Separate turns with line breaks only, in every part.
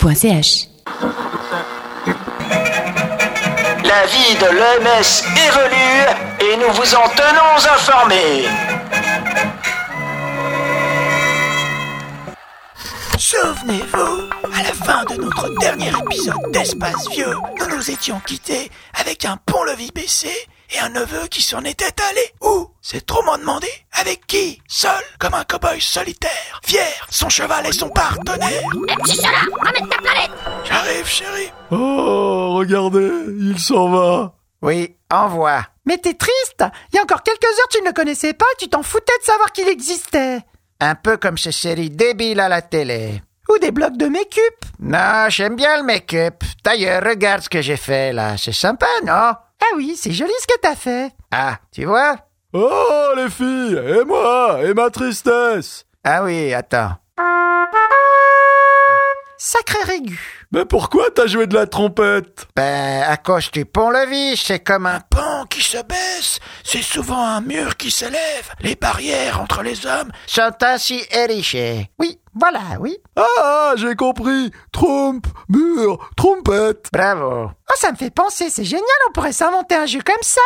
radiovostok.ch.
La vie de l'EMS est relue et nous vous en tenons informés.
Souvenez-vous, à la fin de notre dernier épisode d'Espace Vieux, nous nous étions quittés avec un pont-levis baissé et un neveu qui s'en était allé. Où C'est trop m'en demander. Avec qui Seul, comme un cow-boy solitaire, fier, son cheval et son partenaire. J'arrive, chérie.
Oh, regardez, il s'en va.
Oui, envoie.
Mais t'es triste Il y a encore quelques heures, tu ne le connaissais pas, tu t'en foutais de savoir qu'il existait.
Un peu comme ces séries débiles à la télé.
Ou des blocs de make-up.
Non, j'aime bien le make-up. D'ailleurs, regarde ce que j'ai fait là. C'est sympa, non
Ah oui, c'est joli ce que t'as fait.
Ah, tu vois
Oh, les filles, et moi, et ma tristesse.
Ah oui, attends.
Sacré régu.
Mais pourquoi t'as joué de la trompette
Ben, à cause du pont-levis, c'est comme un...
Un pont qui se baisse, c'est souvent un mur qui s'élève. Les barrières entre les hommes,
sont ainsi érigés.
Oui, voilà, oui.
Ah, ah, j'ai compris. Trompe, mur, trompette.
Bravo.
Oh, ça me fait penser, c'est génial, on pourrait s'inventer un jeu comme ça.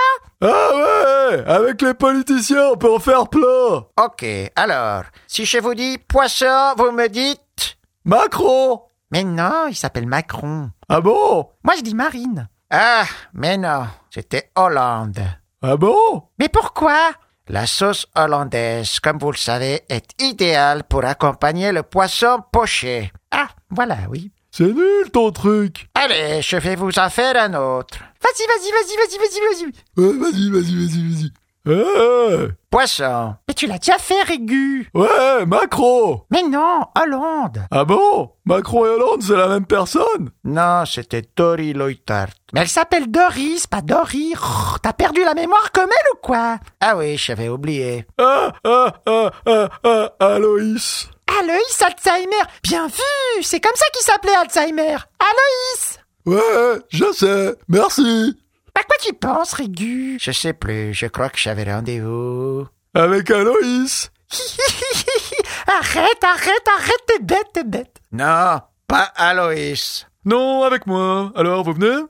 Ah ouais, avec les politiciens, on peut en faire plein.
Ok, alors, si je vous dis poisson, vous me dites...
Macron.
Mais non, il s'appelle Macron.
Ah bon
Moi, je dis Marine.
Ah, mais non, c'était Hollande.
Ah bon
Mais pourquoi
La sauce hollandaise, comme vous le savez, est idéale pour accompagner le poisson poché.
Ah, voilà, oui.
C'est nul ton truc.
Allez, je vais vous en faire un autre.
Vas-y, vas-y, vas-y, vas-y, vas-y, vas-y.
Ouais, vas-y, vas-y, vas-y, vas-y. Eh,
Poisson.
Mais tu l'as déjà fait, régu.
ouais, Macron.
Mais non, Hollande.
Ah bon Macron et Hollande, c'est la même personne
Non, c'était Tori Loitart.
Mais elle s'appelle Doris, pas Dory. Rrr, T'as perdu la mémoire comme elle ou quoi
Ah oui, j'avais oublié.
Ah, ah, ah, ah, ah, Aloïs.
Aloïs Alzheimer Bien vu C'est comme ça qu'il s'appelait Alzheimer Aloïs
Ouais, je sais, merci.
À quoi tu penses, Régu
Je sais plus, Euh, je crois que j'avais rendez-vous.
Avec Aloïs.
Arrête, arrête, arrête, t'es bête, t'es bête
Non, pas Aloïs.
Non, avec moi. Alors, vous venez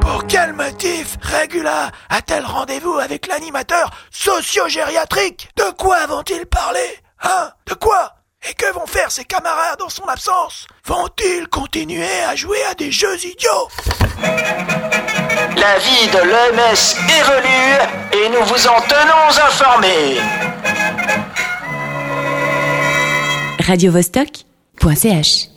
pour quel motif Regula a-t-elle rendez-vous avec l'animateur socio-gériatrique De quoi vont-ils parler Hein De quoi Et que vont faire ses camarades en son absence Vont-ils continuer à jouer à des jeux idiots
La vie de l'EMS est relue et nous vous en tenons informés.
radiovostok.ch